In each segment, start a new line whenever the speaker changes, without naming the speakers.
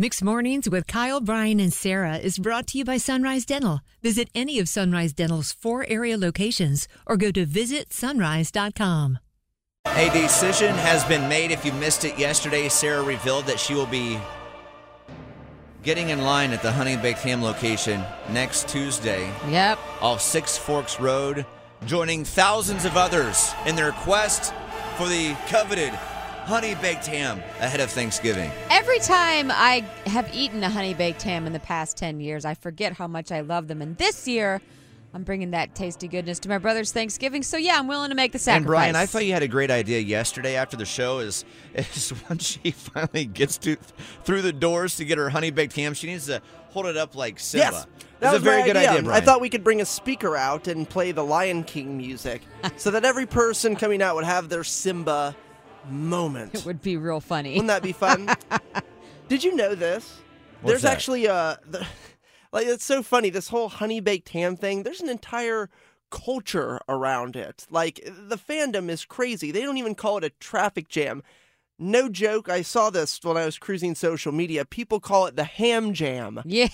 Mixed Mornings with Kyle, Brian, and Sarah is brought to you by Sunrise Dental. Visit any of Sunrise Dental's four area locations or go to visitsunrise.com.
A decision has been made. If you missed it yesterday, Sarah revealed that she will be getting in line at the Honey Baked Ham location next Tuesday
Yep.
off Six Forks Road, joining thousands of others in their quest for the coveted Honey Baked Ham ahead of Thanksgiving.
Every time I have eaten a honey baked ham in the past 10 years, I forget how much I love them. And this year, I'm bringing that tasty goodness to my brother's Thanksgiving. So, yeah, I'm willing to make the sacrifice.
And Brian, I thought you had a great idea yesterday after the show. Is is when she finally gets to through the doors to get her honey baked ham, she needs to hold it up like Simba.
Yes,
That's
that
a
was my
very good idea.
I
Brian.
thought we could bring a speaker out and play the Lion King music, so that every person coming out would have their Simba moment.
It would be real funny.
Wouldn't that be fun? Did you know this?
What's
there's
that?
actually a the, like it's so funny this whole honey baked ham thing. There's an entire culture around it. Like the fandom is crazy. They don't even call it a traffic jam. No joke. I saw this when I was cruising social media. People call it the ham jam.
Yeah.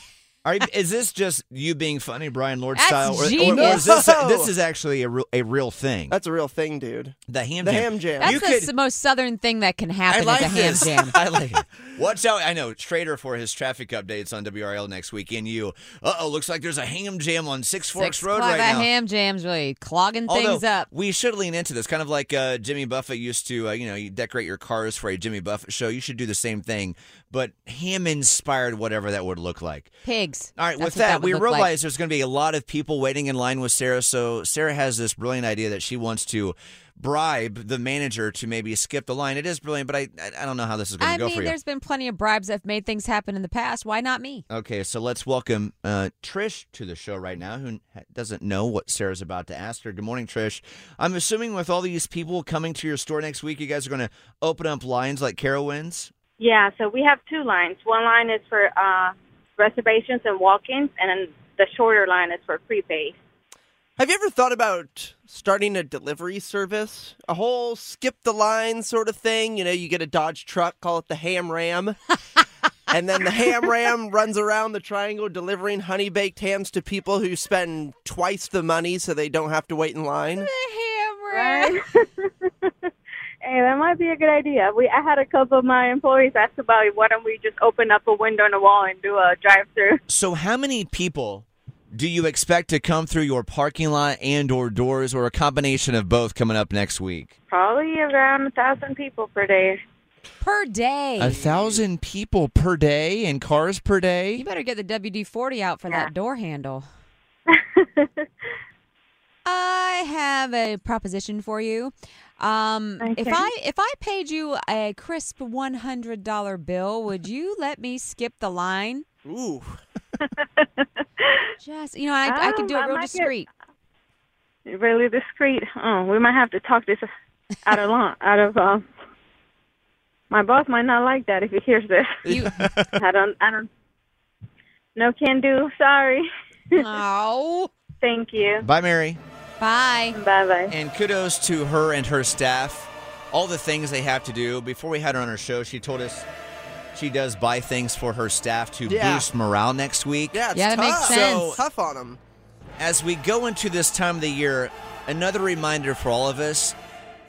Are, is this just you being funny, Brian Lord
That's
style, or, or, or is
genius.
this
No.
this is actually a real, a real thing?
That's a real thing, dude.
the ham
the
jam.
ham jam.
That's
you
the
could.
s- most southern thing that can happen
I like
is a ham
this.
jam.
I like it. Watch out! I know Trader for his traffic updates on WRL next week. And you, uh oh, looks like there's a ham jam on Six Forks
Six
Road
o'clock,
right
that
now.
ham jam's really clogging
Although,
things up.
We should lean into this, kind of like uh, Jimmy Buffett used to. Uh, you know, you decorate your cars for a Jimmy Buffett show. You should do the same thing, but ham inspired, whatever that would look like.
Pigs.
All right,
That's
with
what
that,
would
we
look like.
realize there's going to be a lot of people waiting in line with Sarah. So Sarah has this brilliant idea that she wants to bribe the manager to maybe skip the line. It is brilliant, but I I I don't know how this is going
I
to go
mean,
for you.
there's been plenty of bribes that've made things happen in the past. Why not me?
Okay, so let's welcome uh, Trish to the show right now, who n- doesn't know what Sarah's about to ask her. Good morning, Trish. I'm assuming with all these people coming to your store next week, you guys are going to open up lines like Carowinds.
Yeah, so we have two lines. One line is for uh, reservations and walk-ins, and then the shorter line is for prepay.
Have you ever thought about starting a delivery service? A whole skip the line sort of thing? You know, you get a Dodge truck, call it the Ham Ram. and then the Ham Ram runs around the triangle delivering honey baked hams to people who spend twice the money so they don't have to wait in line.
Right? hey, that might be a good idea. We I had a couple of my employees ask about it. Why don't we just open up a window on the wall and do a drive-through?
So, how many people do you expect to come through your parking lot and/or doors, or a combination of both, coming up next week?
Probably around a thousand people per day.
Per day.
A thousand people per day in cars per day.
You better get the WD 40 out for that door handle. I have a proposition for you. Um, If
Okay.
I if I paid you a crisp one hundred dollar bill, would you let me skip the line?
Ooh.
Just you know, I, I could do
Oh,
it
I
real
might get-
discreet.
Really discreet. Oh, we might have to talk this out of line, out of. Um, my boss might not like that if he hears this.
You,
I don't. I don't. No can do. Sorry.
oh,
Thank you.
Bye, Mary.
bye.
Bye bye.
And kudos to her and her staff. All the things they have to do. Before we had her on her show, she told us she does buy things for her staff to
Yeah.
boost morale next week.
Yeah, it's
Yeah, that
tough.
makes sense.
So tough on them.
As we go into this time of the year, another reminder for all of us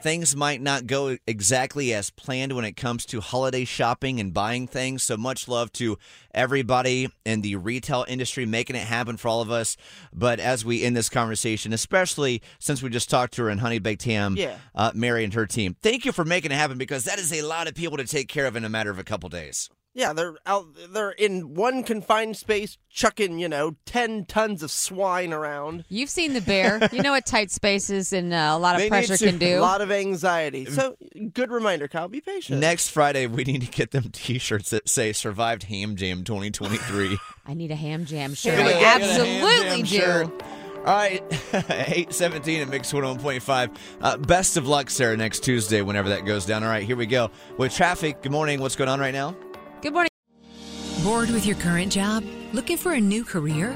things might not go exactly as planned when it comes to holiday shopping and buying things. So much love to everybody in the retail industry making it happen for all of us. But as we end this conversation, especially since we just talked to her in Honey Baked Ham,
Yeah.
uh, Mary and her team, thank you for making it happen because that is a lot of people to take care of in a matter of a couple days.
Yeah, they're out they're in one confined space chucking, you know, 10 tons of swine around.
You've seen the bear. You know what tight spaces and uh, a lot of
They need
pressure
to-
can
A
do.
lot of anxiety. So, good reminder, Kyle. Be patient.
Next Friday, we need to get them t shirts that say Survived Ham Jam 2023.
I need a ham jam shirt.
Get a-
I
get a
absolutely
ham jam
do.
shirt. All right, 817 at Mix 101.5. Uh, best of luck, Sarah, next Tuesday, whenever that goes down. All right, here we go. With traffic, good morning. What's going on right now?
Good morning.
Bored with your current job? Looking for a new career?